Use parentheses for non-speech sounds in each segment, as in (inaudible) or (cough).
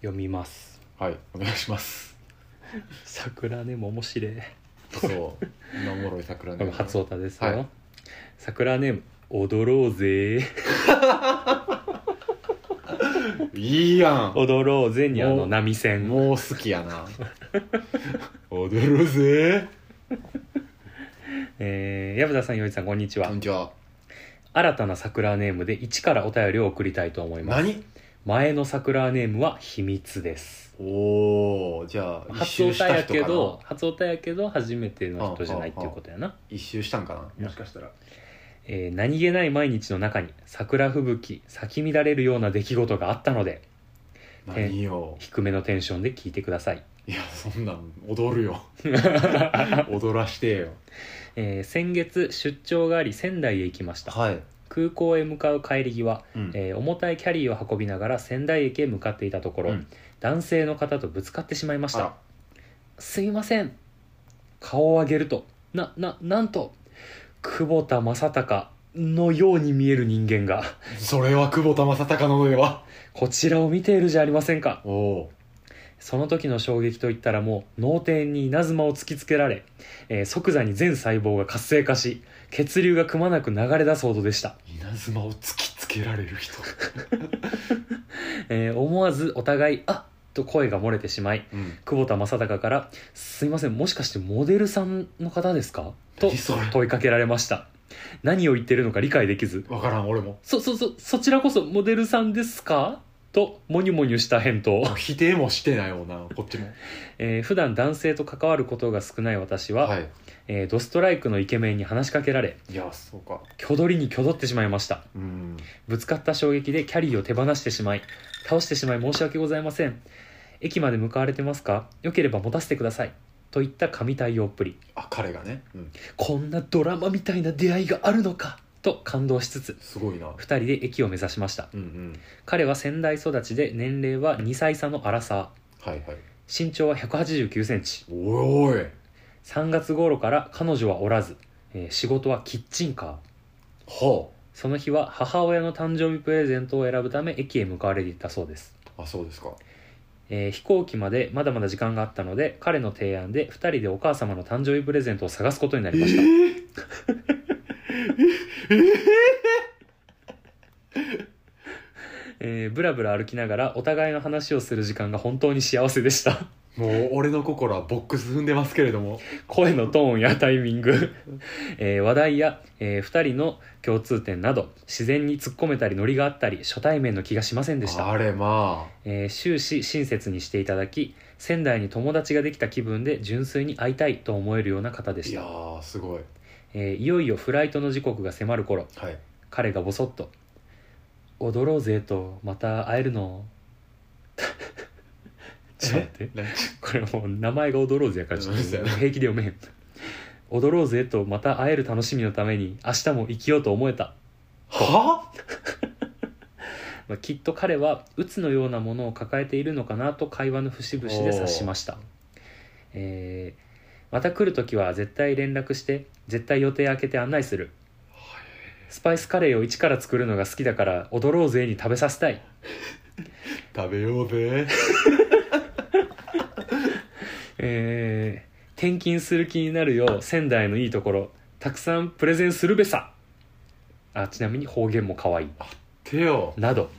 読みますはいお願いします桜ねも面白いそう今おもろい桜こねれ初オタですよ、はい桜ネーム踊ろう (laughs) ぜいいや踊ろうぜにあものう波ん線もう好きやな踊るぜえー、矢田さんよいさんこんにちはこんにちは新たな桜ネームで一からお便りを送りたいと思います何前の桜ネームは秘密ですおおじゃあ一初オ周しタたや人かけどな初オタやけど初めての人じゃないっていうことやな一周したんかなもしかしたらえー何気ない毎日の中に桜吹雪咲き乱れるような出来事があったので何よ低めのテンションで聞いてください、いやそんなん (laughs) 踊るよ踊らしてよえー先月出張があり仙台へ行きましたはい、空港へ向かう帰り際、うんえー重たいキャリーを運びながら仙台駅へ向かっていたところ、うん男性の方とぶつかってしまいましあらたすいません顔を上げるとなななんと久保田正孝のように見える人間がそれは久保田正孝なのではこちらを見ているじゃありませんかおおその時の衝撃といったらもう脳天に稲妻を突きつけられ、えー即座に全細胞が活性化し血流がくまなく流れ出すほどでした、稲妻を突きつけられる人、えー思わずお互い「あっ!」と声が漏れてしまいうん、久保田正孝から「すいませんもしかしてモデルさんの方ですか?」と何それ問いかけられました何を言ってるのか理解できず分からん俺も「そそそそちらこそモデルさんですか?」とモニュモニュした返答否定もしてないようなこっちもえー普段男性と関わることが少ない私は、はいえードストライクのイケメンに話しかけられいやそうか挙取りに挙取ってしまいましたうんぶつかった衝撃でキャリーを手放してしまい倒してしまい申し訳ございません駅まで向かわれてますかよければ持たせてくださいといった神対応っぷりあ彼がね、うん、こんなドラマみたいな出会いがあるのかと感動しつつすごいな2人で駅を目指しましたうんうん彼は仙台育ちで年齢は2歳差のアラサはいはいー身長は1 8 9センチおいおい3月頃から彼女はおらず、えー仕事はキッチンカーはその日は母親の誕生日プレゼントを選ぶため駅へ向かわれていたそうです、ああそうですかえー飛行機までまだまだ時間があったので彼の提案で2人でお母様の誕生日プレゼントを探すことになりました、ー、えーブラブラ歩きながらお互いの話をする時間が本当に幸せでしたもう俺の心はボックス踏んでますけれども声のトーンやタイミン (laughs) グ、えー話題や、え2人の共通点など自然に突っ込めたりノリがあったり初対面の気がしませんでしたあれまあえー終始親切にしていただき仙台に友達ができた気分で純粋に会いたいと思えるような方でいしやたい,、ーすごいえーいよいよフライトの時刻が迫る頃はい彼がぼそっと「踊ろうぜ」とまた会えるの (laughs) ちょっと待ってえこれもう名前が「踊ろうぜ」やからちょっとそうやな平気で読めへん「踊ろうぜ」とまた会える楽しみのために明日も生きようと思えた (laughs) はまあきっと彼は鬱のようなものを抱えているのかなと会話の節々で察しました、えーまた来る時は絶対連絡して絶対予定空けて案内するスパイスカレーを一から作るのが好きだから踊ろうぜに食べさせたい、食べようぜえー転勤する気になるよう仙台のいいところたくさんプレゼンするべさあちなみに方言も可愛いてよなど、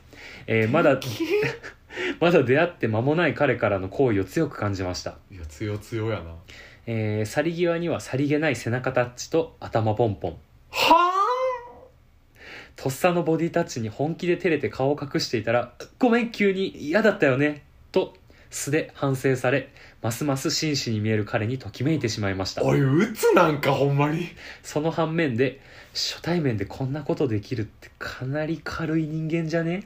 えーまだ (laughs) まだ出会って間もない彼からの好意を強く感じましたいや強強やなえー去り際にはさりげない背中タッチと頭ポンポンはとっさのボディタッチに本気で照れて顔を隠していたら「ごめん急に嫌だったよね」と素で反省されますます紳士に見える彼にときめいてしまいましたおい鬱なんかほんまにその反面で初対面でこんなことできるってかなり軽い人間じゃね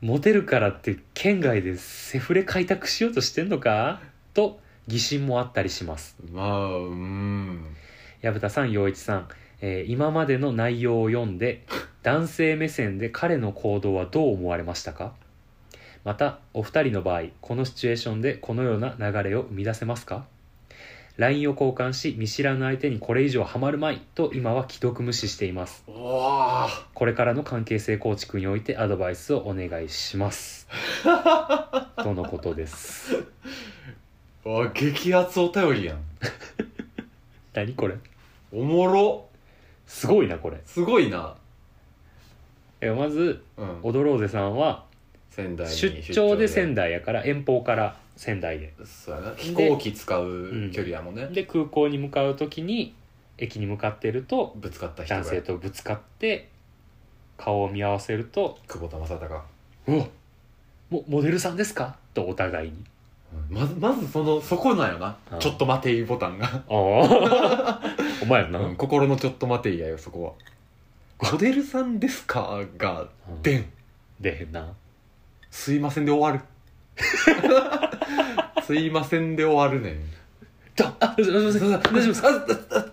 モテるからって県外でセフレ開拓しようとしてんのかと疑心もあったりしますまあうん矢蓋さん陽一さん、えー今までの内容を読んで男性目線で彼の行動はどう思われましたかまたお二人の場合このシチュエーションでこのような流れを生み出せますか LINE を交換し見知らぬ相手にこれ以上ハマるまいと今は既読無視していますおおこれからの関係性構築においてアドバイスをお願いしますとのことですわ激アツお便りやん何これおもろすごいなこれすごいなえまずうん踊ろうぜさんは仙台に出張で仙台台やから遠方から仙台でそうやな飛行機使う距離やもんね、で空港に向かう時に駅に向かってるとぶつかった人が男性とぶつかって顔を見合わせると久保田正孝「うわもモデルさんですか?」とお互いにうんまずまずそのそこなんよなうんちょっと待ていボタン「がああ (laughs) お前やな」うん心のちょっと待ていやよそこはモデルさんですかがうんでん出へんなすいませんで終わ (laughs) るすいませんで終わるねんだあすいません大丈夫ですあああ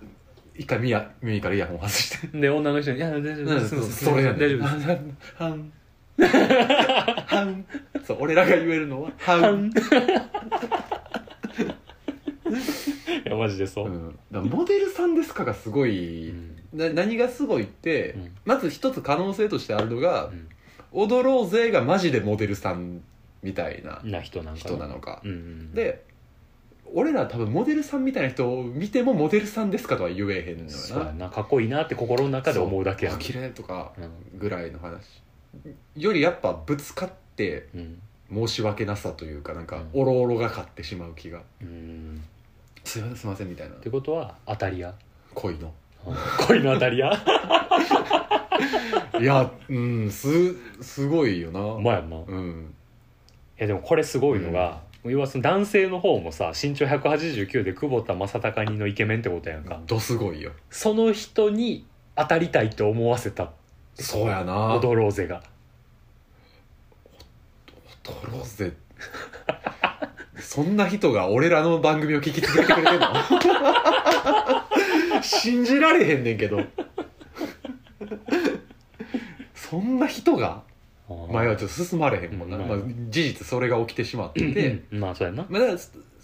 一回耳や耳からイヤホン外してで女の人に「いや大丈夫ですすいませんそれやね大丈ん (laughs) 夫ですはんはんそう俺らが言えるのははんパンいやマジでそうう、ん、だからモデルさんですかがすごい、な何がすごいって、うんまず一つ可能性としてあるのがう、ん踊ろうぜがマジでモデルさんみたいなうんな人なんか人なのか、うんうん、で俺ら多分モデルさんみたいな人を見てもモデルさんですかとは言えへんのよなそうやなかっこいいなって心の中で思うだけやそんあ綺麗とかうんぐらいの話よりやっぱぶつかってうん申し訳なさというかなんかうんおろおろが勝ってしまう気がうん「すいませんすいません」みたいなってことは当たり屋恋の恋の当たり屋いやうんすすごいよなお前やんな、いうんやでもこれすごいのが、要はその男性の方もさ身長189で久保田正孝にのイケメンってことやんか、どすごいよその人に当たりたいと思わせたそうやな踊ろうぜが踊ろうぜ (laughs) そんな人が俺らの番組を聞き続けてくれてんの (laughs) 信じられへんねんけどそんな人が前はちょっと進まれへんもんな、うんまあ、事実それが起きてしまってて、うんまあそうやなまあ、だから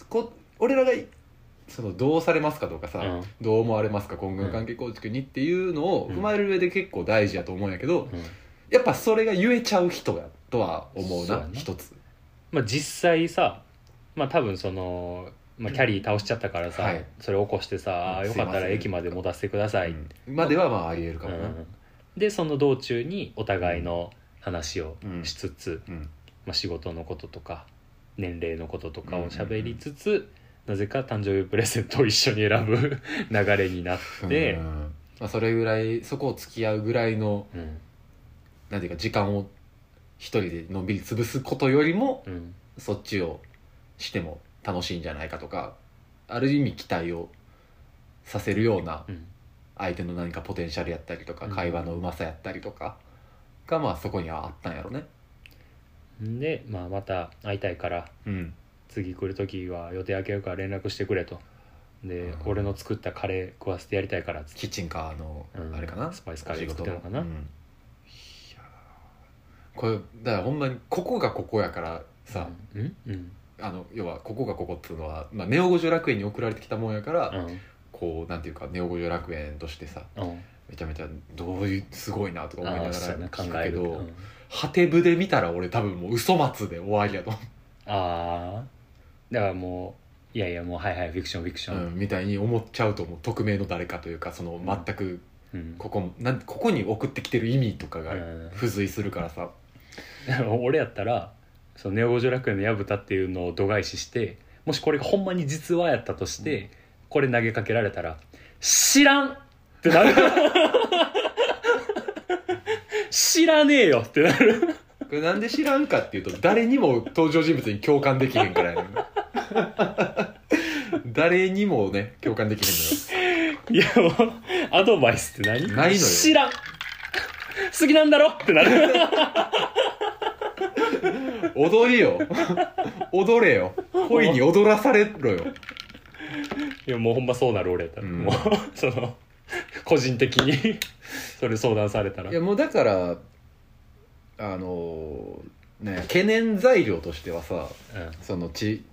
こ俺らがそのどうされますかとかさ、うんどう思われますか今後の関係構築にっていうのを踏まえる上で結構大事やと思うんやけど、うんやっぱそれが言えちゃう人やとは思うそうやなな一つまあ、実際さまあ多分その、まあ、キャリー倒しちゃったからさ、はいそれ起こしてさ、うんよかったらすいません駅まで持たせてください、うんまではまあありえるかもな、うんでその道中にお互いの話をしつつ、うんまあ、仕事のこととか年齢のこととかを喋りつつ、なぜか誕生日プレゼントを一緒に選ぶ (laughs) 流れになって、ううんんまあ、それぐらいそこを付き合うぐらいのうんなんていうか時間を一人でのんびり潰すことよりもそっちをしても楽しいんじゃないかとかある意味期待をさせるようなうん相手の何かポテンシャルやったりとかうん会話のうまさやったりとかがまあそこにはあったんやろねで、まあ、また会いたいからうん次来る時は予定空けるから連絡してくれとで、うん俺の作ったカレー食わせてやりたいからっつってキッチンカーのうんあれかな、スパイスカレー作ってるのかなお仕事うんいやーこれだからほんまにここがここやからさ、うんうんあの要はここがここっていうのは、まあ、ネオ五条楽園に送られてきたもんやから、うんこうなんていうかネオ五条楽園としてさうんめちゃめちゃどういうすごいなとか思いなあがあらそうやな考聞くえるけど、うん果て部で見たら俺多分もう嘘松で終わりやと思ああだからもういやいやもうはいはいフィクションフィクシう、ョうン、ん、みたいに思っちゃうと思う匿名の誰かというかその全くうんここなんここに送ってきてる意味とかがうん付随するからさ、だから (laughs) 俺やったらそのネオ五条楽園の矢蓋っていうのを度外視してもしこれがほんまに実話やったとして、これ投げかけられたら「知らん!」ってなる (laughs) 知らねえよってなるこれなんで知らんかっていうと誰にも登場人物に共感できへん (laughs) からやねん誰にもね共感できへいやもうアドバイスって何ないのよ知らん好きなんだろってなるんのよ踊りよ踊れよ恋に踊らされろよいやもうほんまそうなる俺やったら、うんもう (laughs) その個人的に (laughs) それ相談されたらいやもうだからあのね懸念材料としてはさうそのち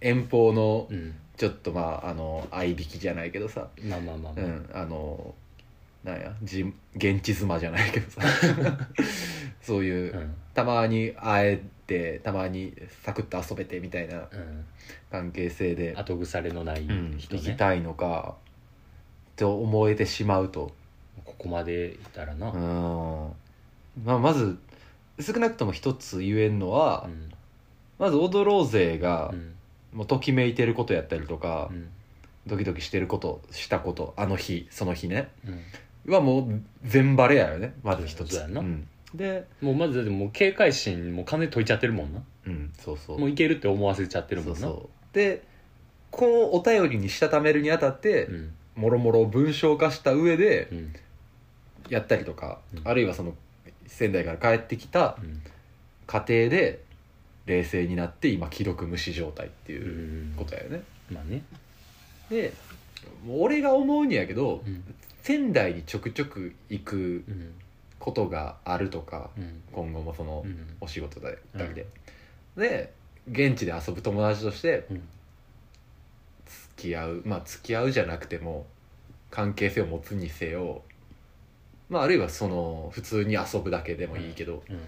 遠方のんうん地ちょっとまああの合いびきじゃないけどさまあまあまあ、うまあんあのなんやじ現地妻じゃないけどさ (laughs) そういううんたまに会えてたまにサクッと遊べてみたいなうん、関係性で後腐れのないうん人行ねき、たいのかと思えてしまうとここまでいたらな、うんまあまず少なくとも一つ言えんのは、うんまず踊ろうぜがう、んもうときめいてることやったりとか、うんドキドキしてることしたことあの日その日ねうんはもう全バレやよねまず一つそうやなうんでもうまずだってもう警戒心もう完全に解いちゃってるもんなうんそうそうもういけるって思わせちゃってるもんなそうそうでこのお便りにしたためるにあたって、うんもろもろ文章化した上でうんやったりとか、うんあるいはその仙台から帰ってきたうん過程で冷静になって今既読無視状態ってういうんことやよね、まあね、でもう俺が思うにやけど、うん仙台にちょくちょく行くうんことがあるとかうん今後もそのうんお仕事だったりで、で現地で遊ぶ友達としてうん付き合うまあ付き合うじゃなくても関係性を持つにせよまああるいはその普通に遊ぶだけでもいいけど、うん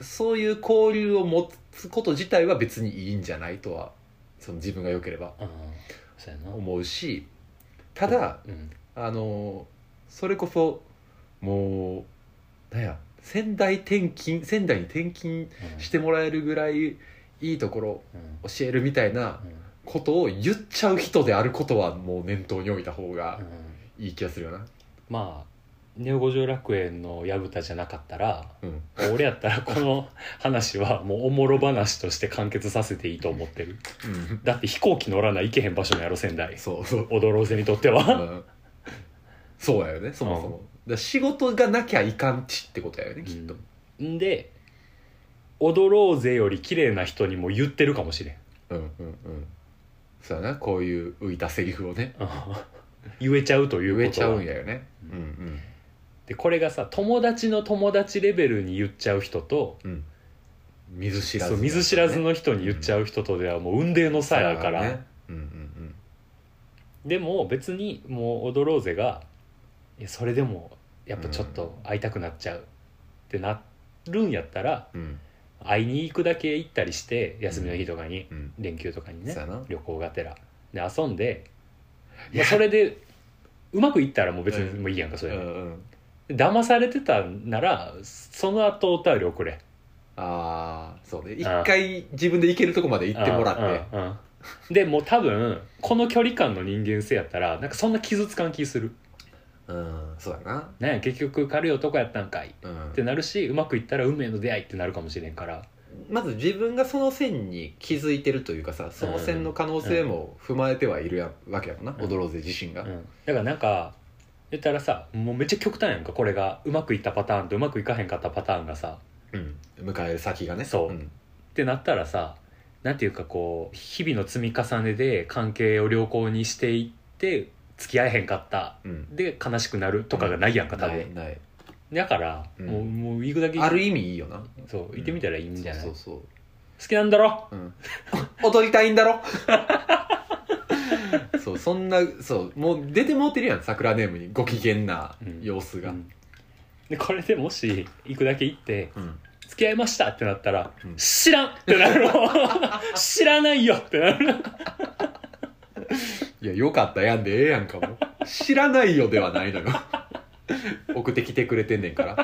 そういう交流を持つこと自体は別にいいんじゃないとはその自分が良ければああそうやな思うしただうんあのそれこそもうなんや仙台転勤仙台に転勤うんしてもらえるぐらいいいところうん教えるみたいなうんことを言っちゃう人であることはもう念頭に置いた方がうんいい気がするよな、まあネオ五条楽園の薮田じゃなかったらうん、俺やったらこの話はもうおもろ話として完結させていいと思ってるだって飛行機乗らない行けへん場所のやろ仙台 (laughs) そうそう、踊ろうぜにとってうは、んそうやよねそもそも、だから仕事がなきゃいかんちってことやよねきっと、ん、で踊ろうぜより綺麗な人にも言ってるかもしれんうん、うんうんそうやなこういう浮いたセリフをね言えちゃうという言ことえはちゃうんやよねうんうんでこれがさ友達の友達レベルに言っちゃう人とうんうん見ず知らずそう見ず知らずの人に言っちゃう人とではもう雲泥の差やから、ねうんうんでも別にもう踊ろうぜがいやそれでもやっぱちょっと会いたくなっちゃうってなるんやったらうんうん会いに行くだけ行ったりして休みの日とかに、うん連休とかにねそうやな旅行がてらで遊んで、いまやあ、それでうまくいったらもう別にうんもういいやんかそれ、うんうん騙されてたならその後お便り送れああそうね一あ回自分で行けるとこまで行ってもらってうんうんうんでもう多分この距離感の人間性やったらなんかそんな傷つかん気するうんそうだななんや結局軽い男やったんかいうんってなるしうまくいったら運命の出会いってなるかもしれんからまず自分がその線に気づいてるというかさその線の可能性も踏まえてはいるやわけやもんなうん踊ろうぜ自身がうん、だからなんか言ったらさもうめっちゃ極端やんかこれがうまくいったパターンとうまくいかへんかったパターンがさうん迎える先がねそうんってなったらさなんていうかこう日々の積み重ねで関係を良好にしていって付き合えへんかったうんで悲しくなるとかがないやんか多な分、いないだから、うんもうもう行くだけある意味いいよなそう行ってみたらいいんじゃない、そうそう好きなんだろそう、 (laughs) うん、踊りたいんだろそうそんなそうもう出てもうてるやん桜ネームにご機嫌な様子が、うんでこれでもし行くだけ行ってうん付き合いましたってなったら、うん知らんってなるの (laughs) 知らないよってなるの (laughs) いや、よかったやんでええやんかも。知らないよではない (laughs) のよ。送ってきてくれてんねんから。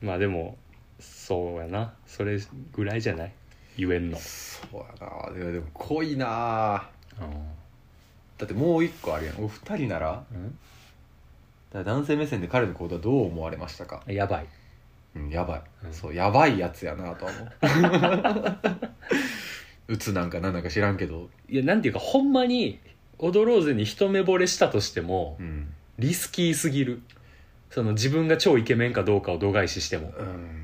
まあでもそうやなそれぐらいじゃない言えんの、そうやな。でもでも濃いなうだってもう一個あるやん。お二人なら、だかんら男性目線で彼の行動はどう思われましたかやばいうん、やばい。うんそう、やばいやつやなとは思う。う (laughs) つなんかなんなんか知らんけど。いやなんていうかほんまに踊ろうぜに一目惚れしたとしてもうん。リスキーすぎるその自分が超イケメンかどうかを度外視しても、うん。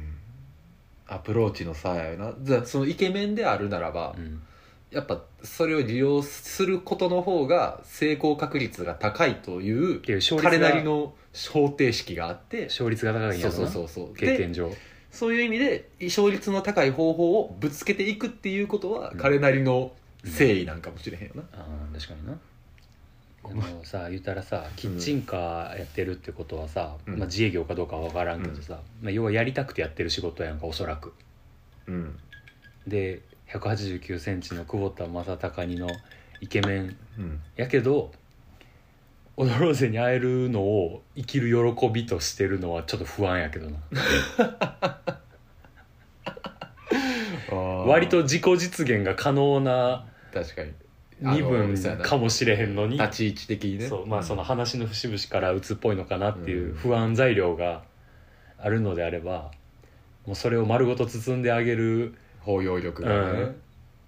アプローチのさやよな。じゃあそのイケメンであるならば、うんやっぱそれを利用することの方が成功確率が高いというっていう勝率彼がなりの方程式があって勝率が高いんやろそうなそうそうそう経で験上そういう意味で勝率の高い方法をぶつけていくっていうことはうん彼なりの誠意なんかもしれへんよな、あー確かになでもさ言うたらさキッチンカーやってるってことはさ、うんまあ、自営業かどうかは分からんけどさ、まあ、要はやりたくてやってる仕事やんかおそらくうんで1 8 9ンチの久保田正孝にのイケメンうんやけど踊ろうぜに会えるのを生きる喜びとしてるのはちょっと不安やけどな割と自己実現が可能な確かに身あのそうや分なかもしれへんのに立ち位置的にねそうまあそのん話の節々から鬱っぽいのかなっていううん不安材料があるのであればもうそれを丸ごと包んであげる包容力がね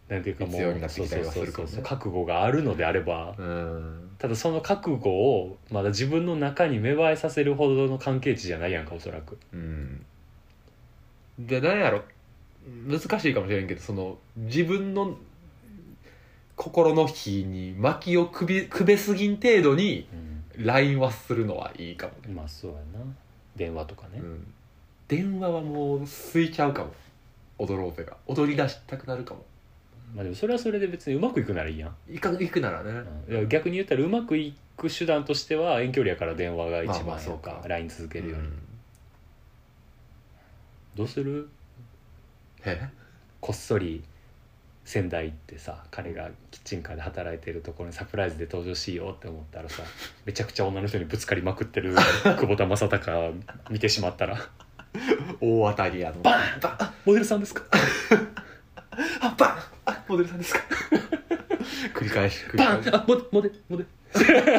なんていうかも必要にうなってそうきたそうりはそうするかそうもねそう覚悟があるのであればうんただその覚悟をまだ自分の中に芽生えさせるほどの関係値じゃないやんかおそらくうんで何やろ難しいかもしれんけどその自分の心の火に薪をくびくべすぎん程度に LINE はするのはいいかもね、まあそうやな電話とかねうん電話はもう空いちゃうかも踊ろうぜが踊り出したくなるかもまあでもそれはそれで別にうまくいくならいいやんいか行くならね、うんいや逆に言ったらうまくいく手段としては遠距離やから電話が一まあま番あそそううかか LINE 続けるよりうんどうするえこっそり仙台行ってさ彼がキッチンカーで働いてるところにサプライズで登場しようって思ったらさめちゃくちゃ女の人にぶつかりまくってる久保田正孝見てしまったら大当たりやのバンバン「モデルさんですか?あバンあモデルさんですか (laughs) 繰り返し繰りバ返ンし」あモデモデモデもうテ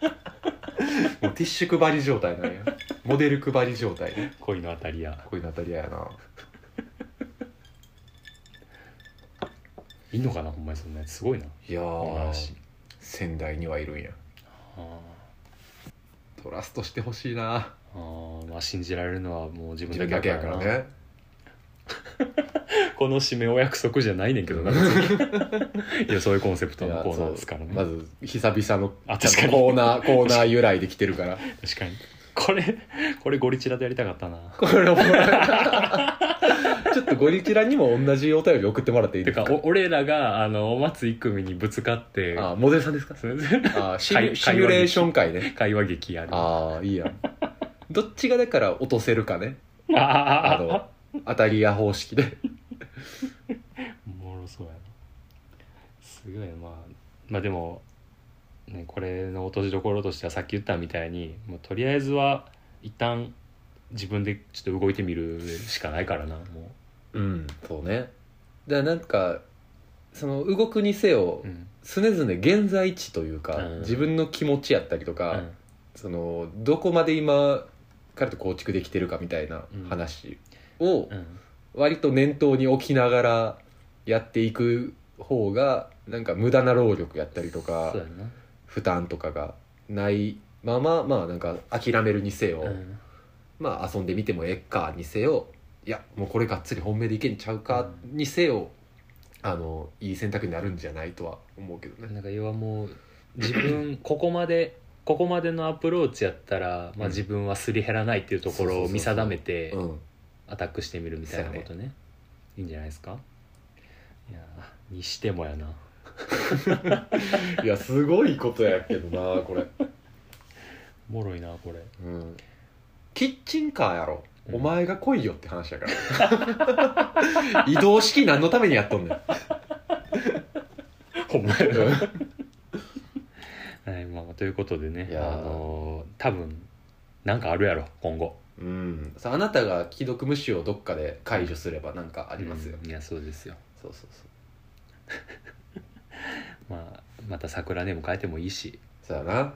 ィッシュ配り状態なんやモデル配り状態ね恋の当たりやこういうの当たり屋やないいのかなほんまにそんなやつすごいないやこのー話仙台にはいるんやあトラストしてほしいなーあーまあ信じられるのはもう自分自だ分けやだからけやかならねこの締めお約束じゃないねんけ (laughs) どな別にいやそういうコンセプトのコーナーですからねいやそうまず久々のあ確かにコーナーコーナー由来できてるから確かにこれこれゴリチラでやりたかったなこれおもろい (laughs) ちょっとゴリキラにも同じお便り送ってもらっていいてでかすかお俺らがあの松井組にぶつかってあモデルさんですかそれであシ会ミュシミュレーション会ね会話劇やる (laughs) あああいいやんどっちがだから落とせるかねああの当たり屋方式でおもろそうやなすごいなまあまあでも、ね、これの落としどころとしてはさっき言ったみたいにもうとりあえずは一旦自分でちょっと動いてみるしかないからなもうんそうねだからなんかその動くにせよう、うん常々現在地というか、うん自分の気持ちやったりとうか、んそのどこまで今彼と構築できてるかみたいな話をうん割と念頭に置きながらやっていく方がなんか無駄な労力やったりとかそうやな負担とかがないまままあなんか諦めるにせよ、うんまあ遊んでみてもええかにせよいやもうこれがっつり本命でいけんちゃうかにせよ、あのいい選択になるんじゃないとは思うけどね。なんか要はもう自分ここまでここまでのアプローチやったら、まあ、うん自分はすり減らないっていうところを見定めてうんアタックしてみるみたいなことねいいんじゃないですかいやーにしてもやないやすごいことやけどなこれ、おもろいなこ (laughs) れうん、キッチンカーやろうんお前が来いよって話やから移動式何のためにやっとんねんほんまやな、はいまあ、ということでねいあやーのー多分なんかあるやろ今後うんさあなたが既読無視をどっかで解除すればなんかありますよ、うんいやそうですよそうそうそうまあまた桜ネーム変えてもいいし、そうやなはい、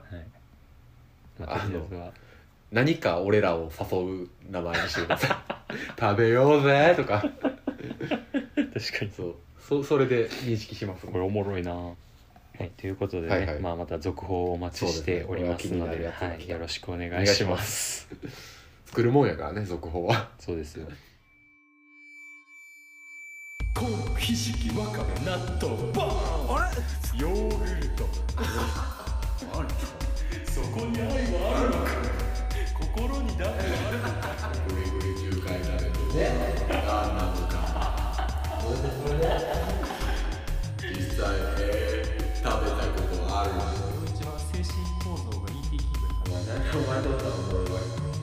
まあ、とりあえずは何か俺らを誘う名前にしてく (laughs) ださい食べようぜとか (laughs) 確かにそうそそれで認識しますこれおもろいなはい、ということでね、はいはいまあ、また続報をお待ちそしうでてすねおりますのこれは気になでるやつがは来い、たよろしくお願いしお願ま。いします作るもんやからね続報はそうですよ。コーンひじきわかめ納豆バーンあれヨーグルトあれそこに愛はあるのか心に誰があるのかグリグリ中華になるとねただの五は五条の五は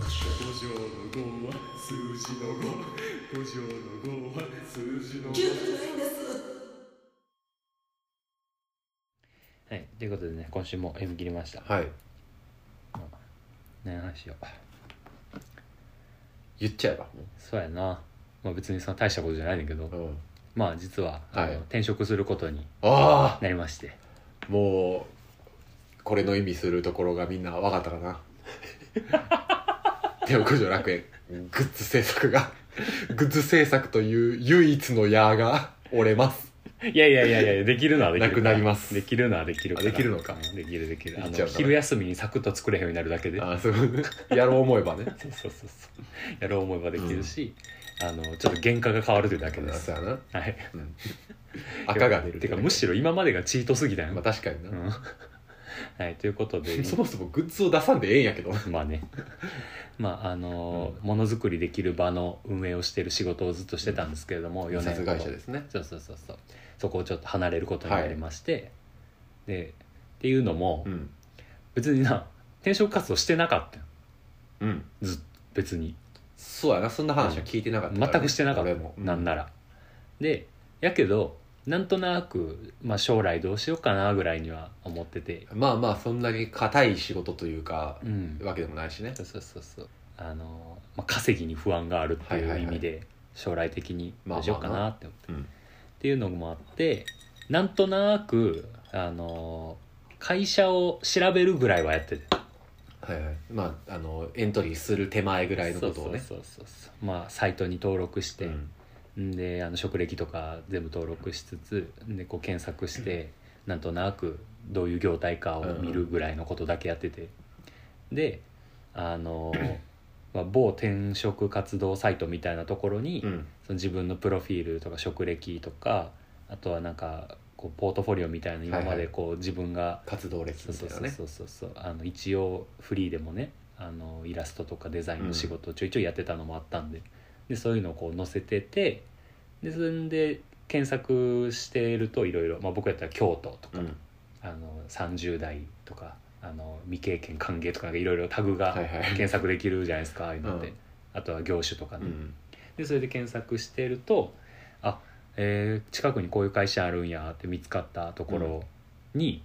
数字の五五条の五は数字の五はい、ということでね今週も読み切りましたはい何の話しよう言っちゃえばそうやな、まあ、別にその大したことじゃないんだけどもう、うん、まあ実は、あのはい転職することにああなりましてもうこれの意味するところがみんな分かったか (laughs) な手を駆除楽園グッズ制作がグッズ制作という唯一の矢が折れますいやいやいやいやできるのはできるからなくなりますできるのはできるらあできるのかうんできるできるあできちゃのうから昼休みにサクッと作れへんようになるだけであ (laughs) ーそうやろう思えばねそうそうそうそうやろう思えばできるし、あのちょっと原価が変わるというだけですそうやな、はいうん、赤が出るてかむしろろ今までがチートすぎたよ、まあ確かにうな、んはいということで (laughs) そもそもグッズを出さんでええんやけどまあねまああのものづくりできる場の運営をしている仕事をずっとしてたんですけれども、4年殺ほど害者ですねそうそうそうそうそこをちょっと離れることになりまして、でっていうのも、うん別にな転職活動してなかったようん別にそうやなそんな話は聞いてなかったからね、全くしてなかった俺もなんなら、でやけどなんとなく、まあ、将来どうしようかなぐらいには思っててまあまあそんなに硬い仕事というかう、んわけでもないしねそうそうそうそうあの、まあ、稼ぎに不安があるってはいいはうい意はい味で将来的にどうしようかなって思って、まあまあうんっていうのもあってなんとなくあの会社を調べるぐらいはやっててはいはいまああのエントリーする手前ぐらいのことをねそうそうそうそうまあサイトに登録して、うんんであの職歴とか全部登録しつつんでこう検索して、なんとなくどういう業態かを見るぐらいのことだけやってて、であの、まあ、某転職活動サイトみたいなところに、うんその自分のプロフィールとか職歴とかあとはなんかこうポートフォリオみたいな今までこう自分が、活動歴そうみそたういなそうねそうそうそうあの一応フリーでもねあのイラストとかデザインの仕事をちょいちょいやってたのもあったんで,、でそういうのをこう載せててでそれで検索してるといろいろまあ僕やったら京都とか、うんあの30代とかあの未経験歓迎とかいろいろタグがはいはい検索できるじゃないですか、ああいうのって、うんあとは業種とかうね、んでそれで検索してるとあえー近くにこういう会社あるんやって見つかったところに、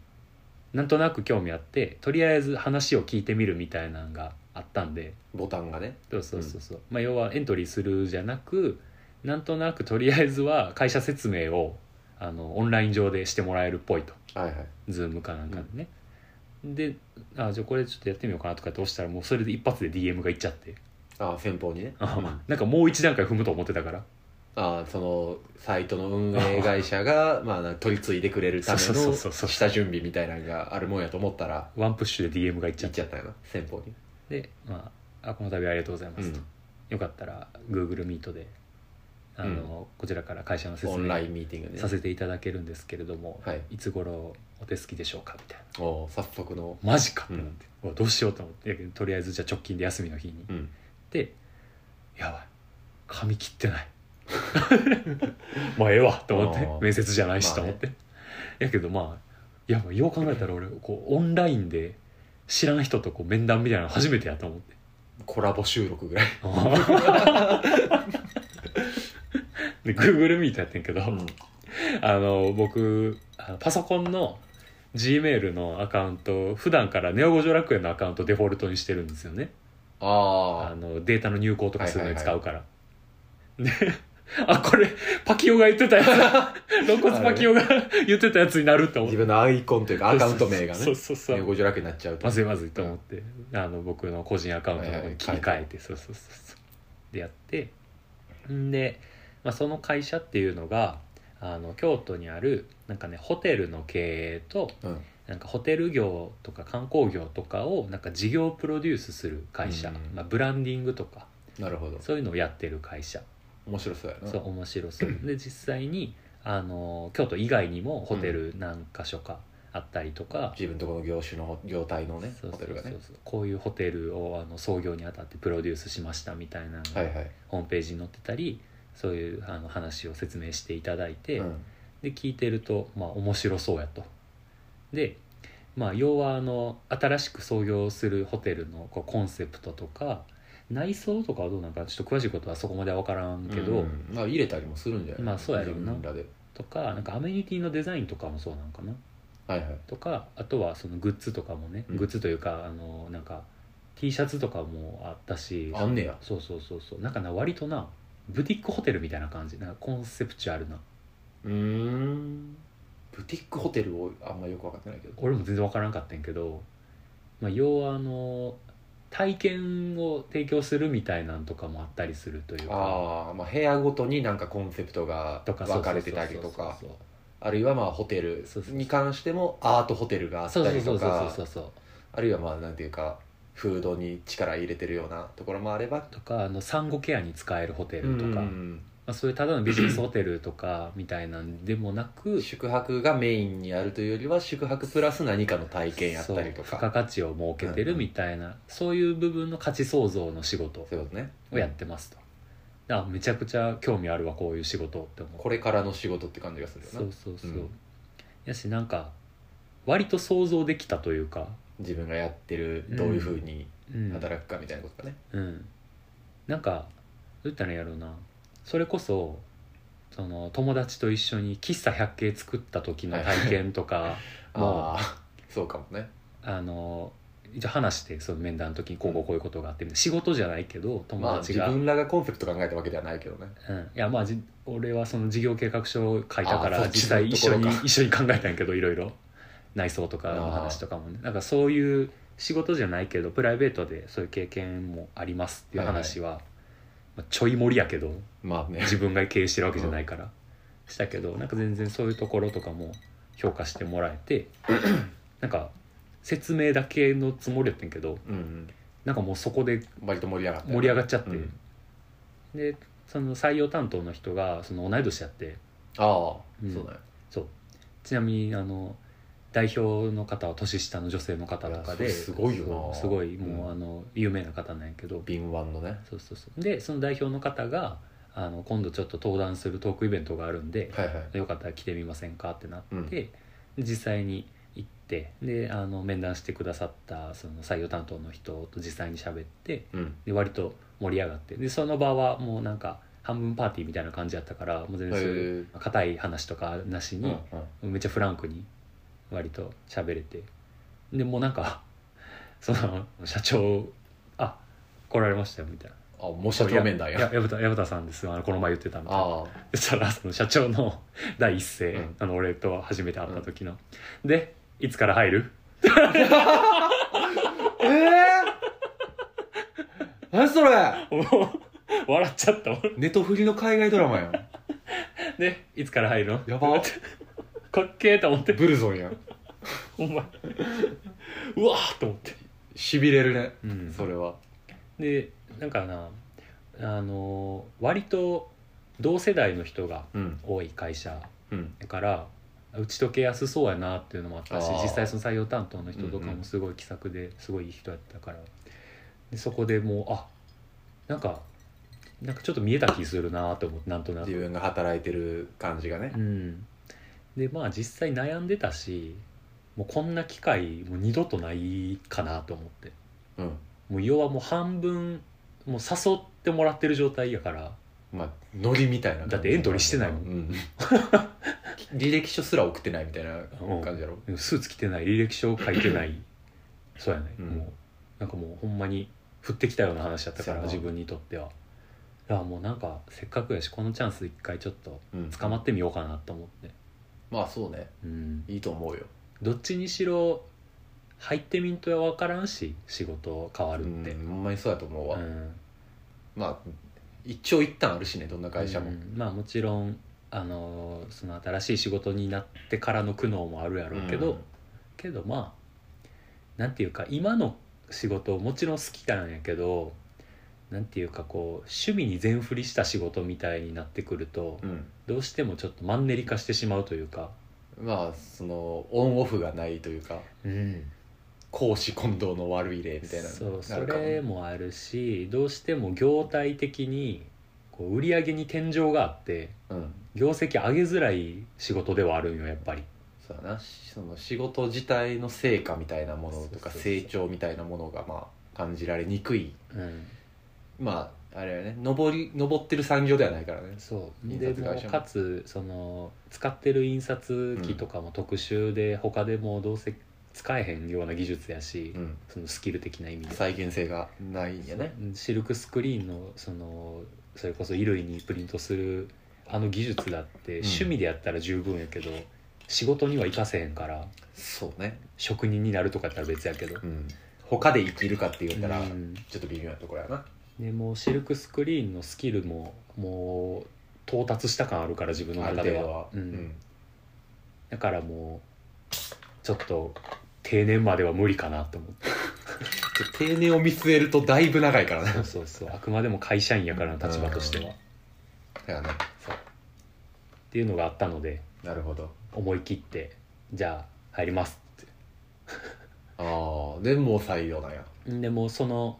なんとなく興味あってとりあえず話を聞いてみるみたいなのがあったんでボタンがねそうそうそうそう、まあ、要はエントリーするじゃなくなんとなくとりあえずは会社説明をあのオンライン上でしてもらえるっぽいとはいはいズームかなんかでね、であじゃあこれちょっとやってみようかなとかって押したらもうそれで一発で DM がいっちゃって、あ先方にね (laughs) なんかもう一段階踏むと思ってたからあそのサイトの運営会 (laughs) 社がまあなんか取り継いでくれるためそうそうのそうそう下準備みたいなのがあるもんやと思ったらワンプッシュで DM がいっちゃっ行っちゃちゃったよな先方にで、まあ、あこの度はありがとうございますと、うんよかったら Google ミートであの、こちらから会社の説オンライ明ンミーティングねさせていただけるんですけれども、はいい、つ頃お手すきでしょうかみたいなおう早速のマジかとうん思って、うわどうしようと思っていやとりあえずじゃあ直近で休みの日に、うんでやばい髪切ってない (laughs) もうええわと思っあてー面接じゃないしまあとね思って、やけどまあいやよう考えたら俺こうオンラインで知らん人とこう面談みたいなの初めてやと思って。 (laughs) コラボ収録ぐらいで Google ミートやってんけど、うんあの僕あのパソコンの Gmail のアカウント普段からネオ五条楽園のアカウントデフォルトにしてるんですよねああのデータの入稿とかするのに使うから、 (laughs) であこれパキオが言ってたやつだ (laughs) 肋骨パキオが言ってたやつになるってあ思っ自て分のアイコンというかアカウント名がねそうそうそうご助楽になっちゃうとまずいまずいと思って、あの僕の個人アカウントの方に切りはい替えて、そうそうそうそうでやってんで、まあ、その会社っていうのがあの京都にあるなんかねホテルの経営とうんなんかホテル業とか観光業とかをなんか事業プロデュースする会社、うんまあ、ブランディングとかなるほどそういうのをやってる会社面白そうやなそう面白そう (clears throat) で実際にあの京都以外にもホテル何か所かあったりとか、自分とこの業種の業態のねそうホそテうそルうがそねうこういうホテルをあの創業にあたってプロデュースしましたみたいなのがはいはいホームページに載ってたりそういうあの話を説明していただいて、うんで聞いてると、まあ、面白そうやとでまあ、要はあの新しく創業するホテルのこうコンセプトとか内装とかはどうなんかちょっと詳しいことはそこまでは分からんけど、うんまあ入れたりもするんじゃないまあそうやろうな自分らでとかなんかアメニティのデザインとかもそうなんかなはいはいとかあとはそのグッズとかもね、うんグッズというかあのなんか T シャツとかもあったしあんねやそうそうそうそうなんかな割となブティックホテルみたいな感じなんかコンセプチュアルなうーんブティックホテルをあんまよく分かってないけど俺も全然わからんかったんやけど、まあ、要はあの体験を提供するみたいなんとかもあったりするというかああまあ部屋ごとになんかコンセプトがと分かそうかそうれそてうたりとかそうあるいはまあホテルそうそうそうに関してもアートホテルがあっそうたそうりそとうそうかそうそうあるいはまあなんていうかフードに力入れてるようなところもあればとかあの産後ケアに使えるホテルとか、うまんあ、そういうただのビジネスホテルとかみたいなんでもなく宿泊がメインにあるというよりは宿泊プラス何かの体験やったりとそう付加か価値を設けてるみたいな、そういう部分の価値創造の仕事そういうことねをやってますと、だからめちゃくちゃ興味あるわこういう仕事って思うこれからの仕事って感じがするよそなうそうそう、うんやしなんか割と想像できたというか、自分がやってるどういうふうにうん働くかみたいなことかねうん、なんかどういったらいいんやろうなそれこそその友達と一緒に喫茶百景作った時の体験とかもうああそうかもねあの一応話してその面談の時にこうこうこういうことがあってみたいな仕事じゃないけど友まあ達自が、分らがコンセプト考えたわけではないけどねうん、いやまあじ俺はその事業計画書を書いたかあらー実際一緒にそっちのところか一緒に (laughs) 考えたんやけどいろいろ内装とかの話とかもねなんかそういう仕事じゃないけどプライベートでそういう経験もありますっていう話は、まあ、ちょい盛りやけどまあ (laughs) ね自分が経営してるわけじゃないから、したけどなんか全然そういうところとかも評価してもらえ (clears throat) てなんか説明だけのつもりやったんやけどうんなんかもうそこで割と盛り上がったよね盛り上がっちゃって、うんでその採用担当の人がその同い年やってああうんそうだよそうちなみにあの代表の方は年下の女性の方とかいでやそれすごいよなそうすごいもう、うんあの有名な方なんやけど敏腕のねそうそうそうでその代表の方があの今度ちょっと登壇するトークイベントがあるんで、はいはいよかったら来てみませんかってなって、実際に行ってであの面談してくださったその採用担当の人と実際に喋ってうんで割と盛り上がってでその場はもうなんか半分パーティーみたいな感じやったからもう全然そういうへ硬い話とかなしえうんに、めっちゃフランクに割と喋れてでもうなんか (laughs) その社長あ来られましたよみたいな。あもう社長面談やい矢蓋矢蓋さんですあのこの前言ってたみたいなあそしたらその社長の (laughs) 第一声、うんあの俺と初めて会った時の、でいつから入るあええ (laughs) 何それもう笑っちゃった俺ネトフリの海外ドラマや (laughs) んでいつから入るのやばかっけえと思ってブルゾンやんお前うわーと思って、しびれるねそそれれはでなんかなあの割と同世代の人がうん多い会社うんだから打ち解けやすそうやなっていうのもあったしあー実際その採用担当の人とかうんうもんすごい気さくですごいいい人やったから、でそこでもうあなんかなんかちょっと見えた気するなと思ってなんとな自く。分が働いてる感じがねうん、でまあ実際悩んでたしもうこんな機会もう二度とないかなと思ってうんもう要はもう半分もう誘ってもらってる状態やからまあノリみたいなだってエントリーしてないもんう (laughs) 履歴書すら送ってないみたいな感じやろスーツ着てない履歴書書いて (laughs) ないそうやね、うんもうなんかもうほんまに降ってきたような話だったからそうやな自分にとってはだからもうなんかせっかくやしこのチャンス一回ちょっとうん捕まってみようかなと思って、まあそうねうん、いいと思うよどっちにしろ入ってみんとは分からんし仕事変わうるって、んほんまにそうやと思ううわんまあ一長一短あるしねどんな会社もうんまあもちろんあのーその新しい仕事になってからの苦悩もあるやろうけど、うんけどまあなんていうか今の仕事もちろん好きなんやけどなんていうかこう趣味に全振りした仕事みたいになってくると、うんどうしてもちょっとマンネリ化してしまうというか、まあそのオンオフがないというかうん、公私混同の悪い例みたいなそうなそるかもねれもあるしどうしても業態的にこう売り上げに天井があってうん業績上げづらい仕事ではあるんよやっぱりそうやなその仕事自体の成果みたいなものそうとそうかそう成長みたいなものがまあ感じられにくいうん、まああれはね上り上ってる産業ではないからねそう印で刷も会社もうかつその使ってる印刷機とかも特殊で、他でもうどうせ使えへんような技術やし、うんそのスキル的な意味で再現性がないんやねシルクスクリーンのそのそれこそ衣類にプリントするあの技術だって、ん趣味でやったら十分やけど仕事には活かせへんからそうね職人になるとかやったら別やけど、うん他で生きるかって言ったらうんちょっと微妙なところやなでもうシルクスクリーンのスキルももう到達した感あるから自分のある中程で度ははううんんだからもうちょっと定年までは無理かなと思ってちょっと定年を見据えるとだいぶ長いからなそうそうそうあくまでも会社員やからの立場としてはうっ (laughs) だからねていうのがあったのでなるほど思い切ってじゃあ入りますってああでもう採用なんやでもうその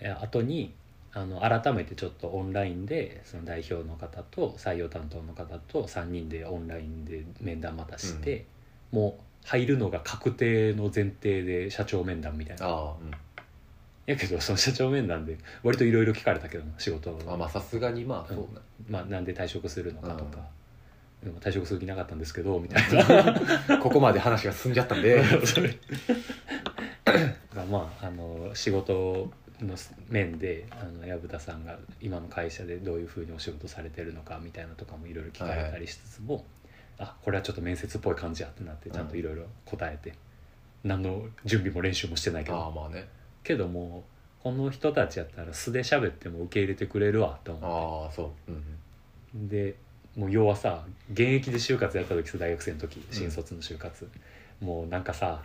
え後にあの改めてちょっとオンラインでその代表の方と採用担当の方と3人でオンラインで面談またして、もう入るのが確定の前提で社長面談みたいなああうんやけどその社長面談で割といろいろ聞かれたけどな仕事あの、まあさすがにまうあんそうねまあ、なんで退職するのかとか、でも退職する気なかったんですけどみた (laughs) いなここまで話が進んじゃったん (laughs) で (laughs) がまああの仕事の面であの薮田さんが今の会社でどういうふうにお仕事されてるのかみたいなとかもいろいろ聞かれたりしつつも、あこれはちょっと面接っぽい感じやってなってちゃんといろいろ答えて、何の準備も練習もしてないけああどまあねけどもうこの人たちやったら素で喋っても受け入れてくれるわと思ああそううんってでもう要はさ現役で就活やった時さ大学生の時新卒の就活、もうなんかさ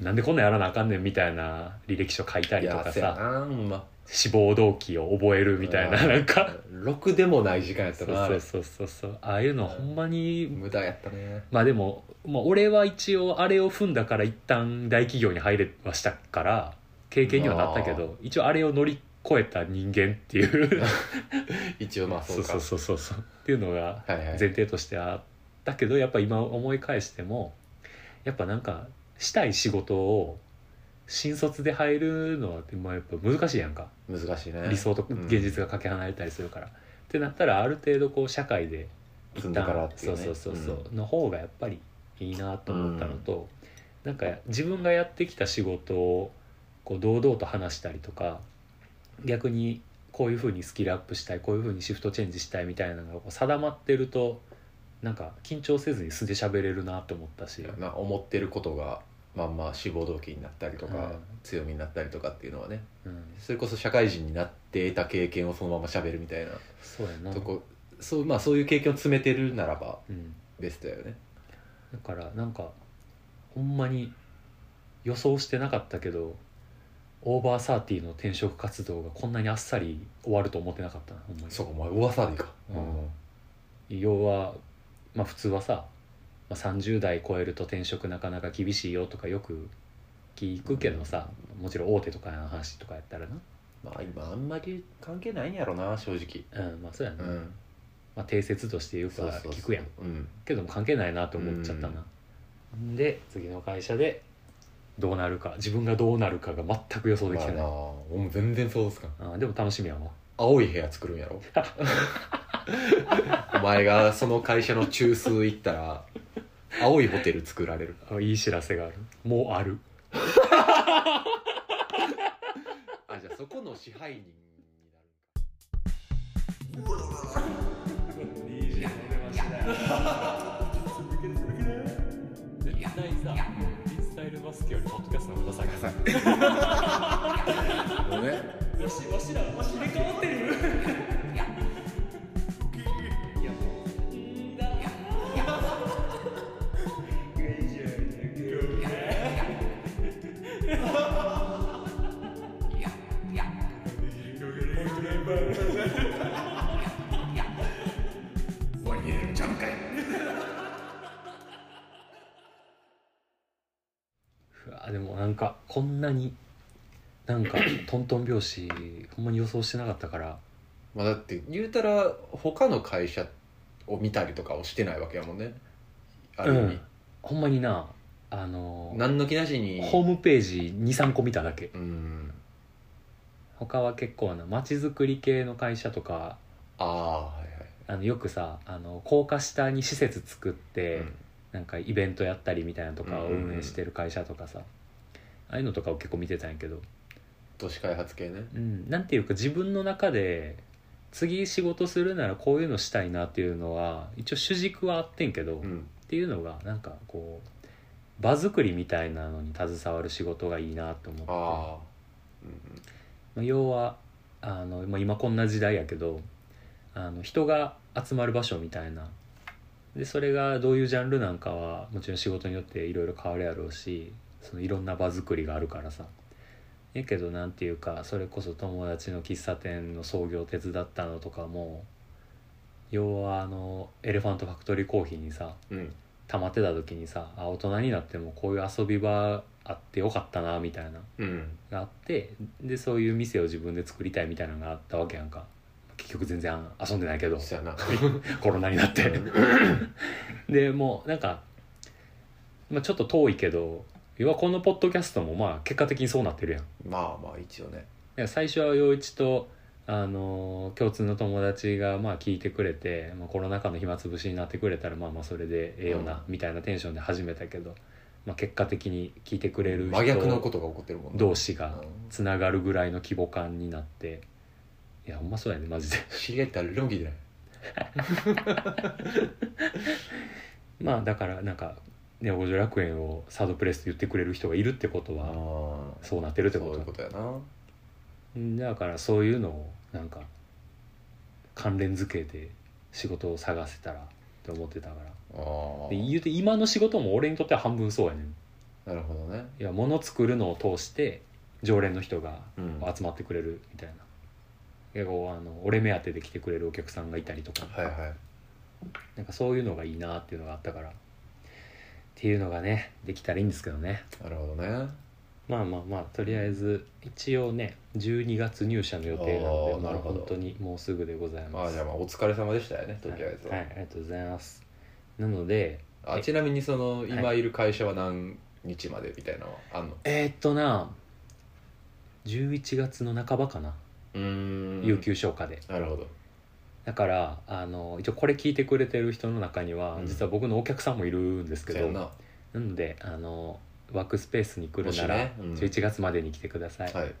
なんでこんなんやらなあかんねんみたいな履歴書書いたいりとやかせやさなうんま志望動機を覚えるみたいなうんなんかろくでもない時間やったそうなそうそうそうそうああいうのほんまに無駄やったねまあでも、まあ、俺は一応あれを踏んだから一旦大企業に入れはしたから経験にはなったけど一応あれを乗り越えた人間っていう一応まあそそううそかうそうそうそうっていうのがはいはい前提としてあったけどやっぱ今思い返してもやっぱなんかしたい仕事を新卒で入るのはまあやっぱ難しいやんか難しいね理想とうん現実がかけ離れたりするから、ってなったらある程度こう社会で積んでからっていそううねそうそうそう、の方がやっぱりいいなと思ったのと、なんか自分がやってきた仕事をこう堂々と話したりとか逆にこういうふうにスキルアップしたいこういうふうにシフトチェンジしたいみたいなのがこう定まってるとなんか緊張せずに素で喋れるなと思ったし、うんな思ってることがまあまあ志望動機になったりとか、うん強みになったりとかっていうのはねうん、それこそ社会人になって得た経験をそのまま喋るみたいなそうやなとこ、そうまあそういう経験を詰めてるならばうん、ベストやよねだからなんかほんまに予想してなかったけどオーバーサーティーの転職活動がこんなにあっさり終わると思ってなかったなほんまにそうかお前噂でいいか、うん要は、まあ、普通はさ、まあ、30代超えると転職なかなか厳しいよとかよく聞くけどさ、もちろん大手とかの話とかやったらまあ今あんまり関係ないんやろな正直な、うん、まあそうやな、うんまあ、定説としてよくは聞くやんうんけども関係ないなと思っちゃったな、で次の会社でどうなるか自分がどうなるかが全く予想できまあてない、な俺も全然そうですかんあーでも楽しみやわ青い部屋作るんやろお前がその会社の中枢行ったら青いホテル作られるあいい知らせがあるもうあるあじゃあそこの支配人になる絶対さフリースタイルバスケよりポッドキャストの方がさごめんうわでもなんかこんなになんかトントン拍子ほんまに予想してなかったからまあだって言うたら他の会社を見たりとかをしてないわけやもんねある意味、うんほんまになあの何の気なしにホームページ23個見ただけうん他は結構なまちづくり系の会社とかああはいはいあのよくさあの高架下に施設作って、うんなんかイベントやったりみたいなのとかをうんうんうん運営してる会社とかさ、ああいうのとかを結構見てたんやけど、都市開発系ねうん、なんていうか自分の中で次仕事するならこういうのしたいなっていうのは一応主軸はあってんけど、うっんていうのがなんかこう場作りみたいなのに携わる仕事がいいなと思ってああまあ要はあの、まあ、今こんな時代やけどあの人が集まる場所みたいなでそれがどういうジャンルなんかはもちろん仕事によっていろいろ変わるやろうしそのいろんな場作りがあるからさやけどなんていうかそれこそ友達の喫茶店の創業手伝ったのとかも要はあのエレファントファクトリーコーヒーにさうんうん溜まってた時にさあ大人になってもこういう遊び場あってよかったなみたいなうんがあってでそういう店を自分で作りたいみたいなのがあったわけやんか結局全然遊んでないけどそやなコロナにな (laughs) ってでもうなんか、まあ、ちょっと遠いけど要はこのポッドキャストもまあ結果的にそうなってるやんだかまあまあ一応ねら最初は陽一とあのー共通の友達がまあ聞いてくれて、まあ、コロナ禍の暇つぶしになってくれたらまあまあそれでええようんなみたいなテンションで始めたけど、まあ、結果的に聞いてくれる真逆のことが起こってるもんな同士がうんつながるぐらいの規模感になっていやほんまそうやねマジで (laughs) 知り合い誰でも聞いてないまあだからなんか「ネオ五条楽園」をサードプレスと言ってくれる人がいるってことあはあそうなってるってそこうということやなうんだからそういうのをなんか関連付けで仕事を探せたらって思ってたからああで言うて今の仕事も俺にとっては半分そうやねんなるほどねいや物作るのを通して常連の人がうんはい集まってくれるみたいな結構あの俺目当てで来てくれるお客さんがいたりとか、はいなんかそういうのがいいなっていうのがあったからっていうのがねできたらいいんですけどねなるほどねまあまあまあとりあえず一応ね12月入社の予定なんであーまあなるほど本当にもうすぐでございままあすじゃあまあお疲れ様でしたよねとはいりあえずはい、ありがとうございますなのであちなみにその今はいる会社は何日までみたいなのはあんのえー、っとな11月の半ばかなうーん有給消化で、なるほどだからあの一応これ聞いてくれてる人の中には、うん実は僕のお客さんもいるんですけじゃどあななのであのワークスペースに来るなら、もしねうん11月までに来てください、はい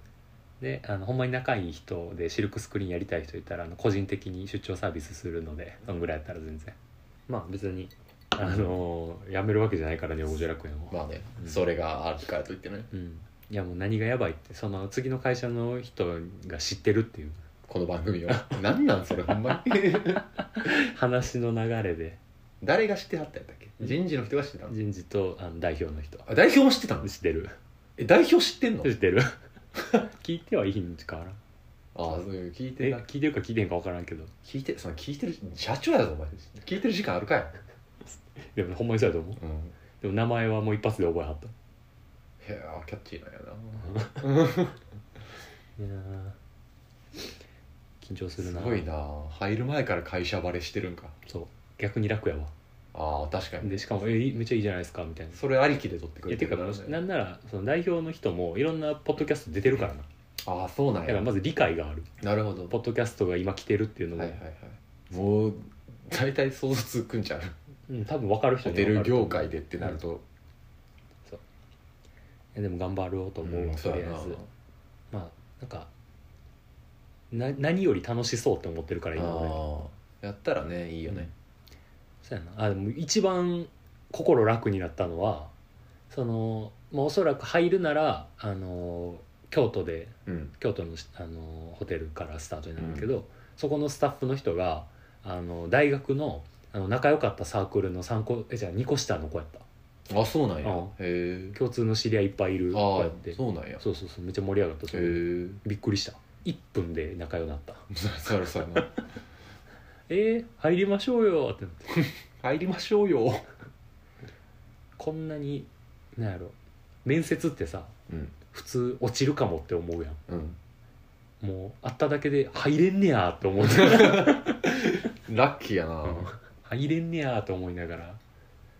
であのほんまに仲いい人でシルクスクリーンやりたい人いたらあの個人的に出張サービスするのでそのぐらいやったら全然まあ別にあのーやめるわけじゃないからね五条楽園を、まあねうんそれがあるからといってねうんいやもう何がやばいってその次の会社の人が知ってるって (laughs) いうこの番組を何 (laughs) なんそれほんまに話の流れで (laughs) 誰が知ってはったんやったっけ人事の人が知ってたの人事とあの代表の人あ代表も知ってたの知ってるえ代表知ってんの知って (laughs) る聞いてはいいんかなああそういう聞いてえな聞いてるか聞いてへんか分からんけど聞いてその聞いてる社長やぞお前聞いてる時間あるかいでもほんまにそうやと思ううんでも名前はもう一発で覚えはったへえキャッチーなんやいやー緊張するなすなごいな入る前から会社バレしてるんかそう逆に楽やわああ確かにでしかも「えいいめっちゃいいじゃないですか」みたいなそれありきで取ってくいやれててかるからねなんならその代表の人もいろんなポッドキャスト出てるからなああそうなんだかやらまず理解があるなるほどポッドキャストが今来てるっていうのも、はいはいはいもう大体想像つくん (laughs) じゃんうん、多分分かる人には出分かるると思業う界でってなるといやでも頑張ろうと思うわ、とそうりやあなえずまあなんかな何より楽しそうって思ってるから今俺ああやったらねいいよねそうやなあでも一番心楽になったのはその、まあ、おそらく入るならあの京都でうん京都のあのホテルからスタートになるんだけど、そこのスタッフの人があの大学のあの仲良かったサークルの3個えじゃあ2個下の子やったあそうなんやうんへえ共通の知り合いいっぱいいる子あやあってそうなんやへそうそうそうめっちゃ盛り上がったそれえびっくりした1分で仲良くなった (laughs) そりゃそうやな「えー、入りましょうよ」ってなって入りましょうよこんなになんやろ面接ってさうん普通落ちるかもって思うやんうんもう会っただけで入れんねやーって (laughs) 思ってラッキーやな入れんねやーと思いながら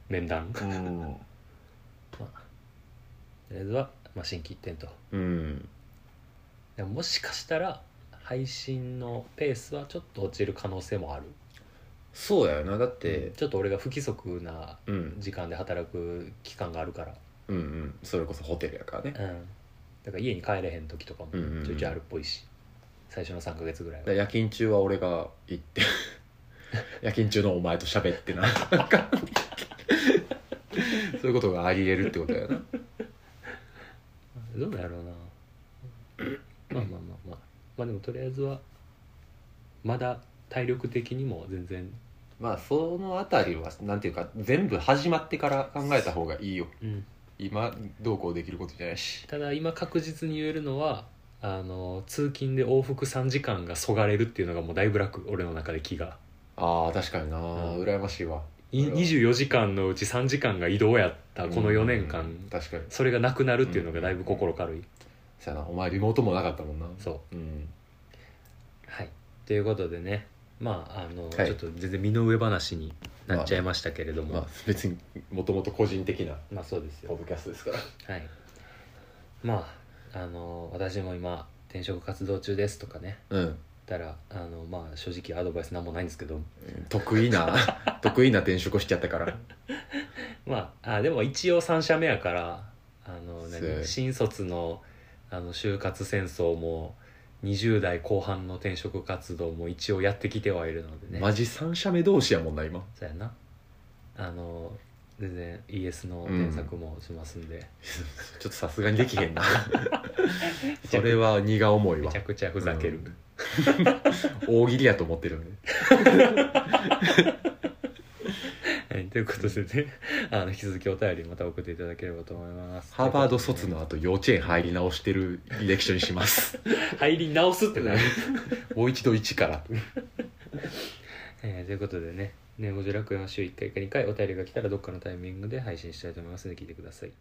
面談とうんりあえずは、まあ、新規一点とうんでももしかしたら配信のペースはちょっと落ちる可能性もあるそうやよなだって、ちょっと俺が不規則なうん、時間で働く期間があるから、うんうんそれこそホテルやからねうん、だから家に帰れへん時とかもうんうんうんちょいちょいあるっぽいし、最初の3ヶ月ぐらいだはから夜勤中は俺が行って (laughs) 夜勤中のお前と喋ってななんかそういうことがありえるってことやどなうなんやろうなまあまあまあまあまあでもとりあえずはまだ体力的にも全然まあそのあたりはなんていうか全部始まってから考えた方がいいようん今どうこうできることじゃないしただ今確実に言えるのはあの通勤で往復3時間がそがれるっていうのがもうだいぶ楽俺の中で気があー確かにな、ん羨ましいわいうん24時間のうち3時間が移動やったこの4年間、うん確かにそれがなくなるっていうのがだいぶ心軽い、そやなお前リモートもなかったもんなそううんはいということでねまああの、はいちょっと全然身の上話になっちゃいましたけれども、ままああ、別にもともと個人的なそうですポよッドキャストですからはいまああの私も今転職活動中ですとかねうん言ったらあのまあ正直アドバイスなんもないんですけど得意 (laughs) な得意な転職をしちゃったからまああでも一応3社目やからあのそうや何新卒のあの就活戦争も20代後半の転職活動も一応やってきてはいるのでねマジ3社目同士やもんな今そうやなあの全然 ES の添削もしますんで、ちょっとさすがにできへ (laughs) んなそれは荷が重いめわちゃくちゃふざける、うん大喜利やと思ってるんではい、ということでねあの引き続きお便りまた送っていただければと思いますハーバード卒の後幼稚園入り直してる履歴書にします (laughs) 入り直すってなる、もう一度一からえーということでね「ねごじ楽園」は週1回か2回お便りが来たらどっかのタイミングで配信したいと思いますので聞いてください